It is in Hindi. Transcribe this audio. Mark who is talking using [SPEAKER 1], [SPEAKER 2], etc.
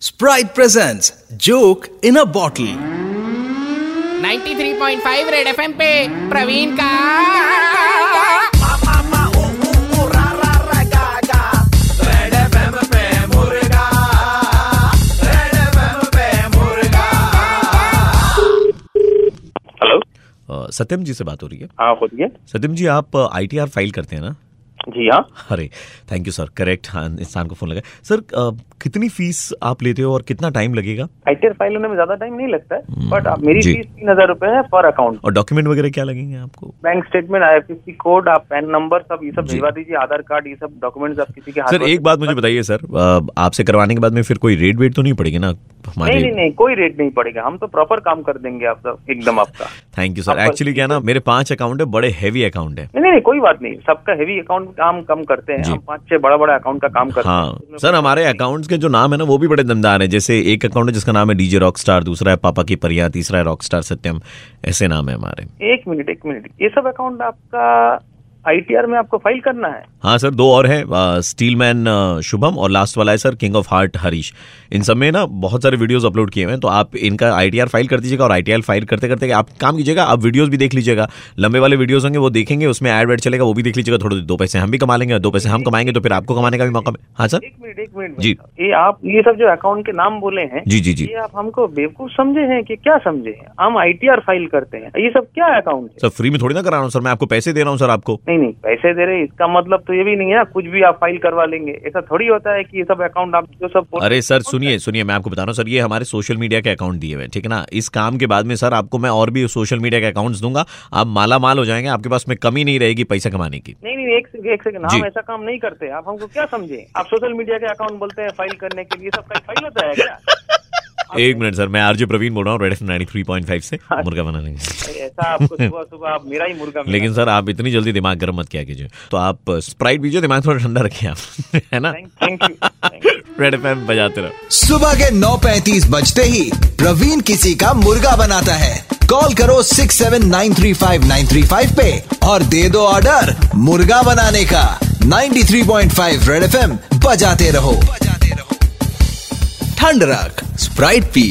[SPEAKER 1] Sprite presents Joke in a Bottle.
[SPEAKER 2] 93.5 red FM पे प्रवीण का
[SPEAKER 3] हेलो
[SPEAKER 4] अ, सत्यम जी से बात हो रही है
[SPEAKER 3] हाँ खुद ये
[SPEAKER 4] सत्यम जी आप आईटीआर फाइल करते हैं ना
[SPEAKER 3] जी हाँ
[SPEAKER 4] अरे थैंक यू सर करेक्ट हाँ इंसान को फोन लगा सर अ, कितनी फीस आप लेते हो और कितना टाइम लगेगा
[SPEAKER 3] आईटीआर फाइल होने में ज्यादा टाइम नहीं लगता है बट आप मेरी
[SPEAKER 4] Hmm, जी।
[SPEAKER 3] फीस तीन हजार रुपए है पर अकाउंट
[SPEAKER 4] और डॉक्यूमेंट वगैरह क्या लगेंगे आपको
[SPEAKER 3] बैंक स्टेटमेंट आईएफएससी कोड आप पैन नंबर सब ये सब
[SPEAKER 4] जी।
[SPEAKER 3] भिजवा दीजिए आधार कार्ड ये सब डॉक्यूमेंट्स आप किसी के हाथ
[SPEAKER 4] सर
[SPEAKER 3] में-
[SPEAKER 4] एक बात मुझे बताइए सर अ, आपसे करवाने के बाद में फिर कोई रेट वेट तो नहीं पड़ेगी ना
[SPEAKER 3] नहीं नहीं
[SPEAKER 4] हमारे
[SPEAKER 3] नहीं कोई रेट नहीं पड़ेगा हम तो प्रॉपर काम कर देंगे आपका एकदम आपका
[SPEAKER 4] थैंक यू सर एक्चुअली क्या है ना मेरे पांच अकाउंट है बड़े हैवी अकाउंट है
[SPEAKER 3] नहीं नहीं नहीं, कोई बात नहीं सबका हेवी अकाउंट काम कम करते हैं
[SPEAKER 4] जी।
[SPEAKER 3] हम पांच छह बड़ा बड़ा अकाउंट का काम करते
[SPEAKER 4] हाँ
[SPEAKER 3] हैं
[SPEAKER 4] सर हमारे अकाउंट्स के जो नाम है ना वो भी बड़े दमदार हैं जैसे एक अकाउंट है जिसका नाम है डीजे रॉक स्टार दूसरा है पापा की परिया तीसरा है रॉक स्टार सत्यम ऐसे नाम है हमारे
[SPEAKER 3] एक मिनट एक मिनट ये सब अकाउंट आपका आईटीआर में आपको फाइल करना है
[SPEAKER 4] हाँ सर दो और हैं आ, स्टीलमैन आ, शुभम और लास्ट वाला है sir king of heart Harish इन सब में ना बहुत सारे वीडियोस अपलोड किए हुए हैं तो आप इनका आईटीआर फाइल कर दीजिएगा और आईटीआर फाइल करते करते आप काम कीजिएगा आप वीडियोस भी देख लीजिएगा लंबे वाले वीडियोस होंगे वो देखेंगे उसमें एड वेड चलेगा वो भी देख लीजिएगा थोड़े दो पैसे हम भी कमा लेंगे और दो पैसे हम कमाएंगे तो फिर आपको कमाने का भी मौका मिले हाँ सर
[SPEAKER 3] एक मिनट एक मिनट
[SPEAKER 4] जी।
[SPEAKER 3] भाई साहब। ये आप ये सब जो अकाउंट के नाम बोले हैं
[SPEAKER 4] जी जी जी
[SPEAKER 3] ये आप हमको बेवकूफ समझे हैं कि क्या समझे हैं हम आईटीआर फाइल करते हैं ये सब क्या अकाउंट है
[SPEAKER 4] सर फ्री में थोड़ी ना करा रहा हूँ सर मैं आपको पैसे दे रहा हूँ सर आपको
[SPEAKER 3] नहीं नहीं पैसे दे रहे हैं, इसका मतलब तो ये भी नहीं है ना, कुछ भी आप फाइल करवा लेंगे ऐसा थोड़ी होता है कि ये सब अकाउंट आप जो सब बोल-
[SPEAKER 4] अरे सर सुनिए सुनिए मैं आपको बता रहा हूँ सर ये हमारे सोशल मीडिया के अकाउंट दिए हुए हैं ठीक है ना इस काम के बाद में सर आपको मैं और भी सोशल मीडिया के अकाउंट्स दूंगा आप माला माल हो जाएंगे आपके पास में कमी नहीं रहेगी पैसा कमाने की
[SPEAKER 3] नहीं नहीं एक सेकंड एक सेकंड
[SPEAKER 4] जी।
[SPEAKER 3] हम ऐसा काम नहीं करते आप हमको क्या समझे आप सोशल मीडिया के अकाउंट बोलते हैं फाइल करने के लिए ये सब फाइल होता है क्या
[SPEAKER 4] एक मिनट सर मैं आरजे प्रवीण बोल रहा हूँ red F nine three point five से मुर्गा बना लेंगे
[SPEAKER 3] अरे, ऐसा आपको सुबह सुबह आप मेरा ही मुर्गा मिला।
[SPEAKER 4] लेकिन सर आप इतनी जल्दी दिमाग गर्म मत किया कीजिए तो आप स्प्राइट पीजिए दिमाग थोड़ा ठंडा रखिए आप है ना
[SPEAKER 3] thank thank you thank you
[SPEAKER 4] red F बजाते रहो
[SPEAKER 1] सुबह के 9:35 बजते ही प्रवीण किसी का मुर्गा बनाता है कॉल करो 6793593 पे और दे दो ऑर्डर मुर्गा बनाने का 93.5 रेड एफएम बजाते रहो ठंड रख स्प्राइट पी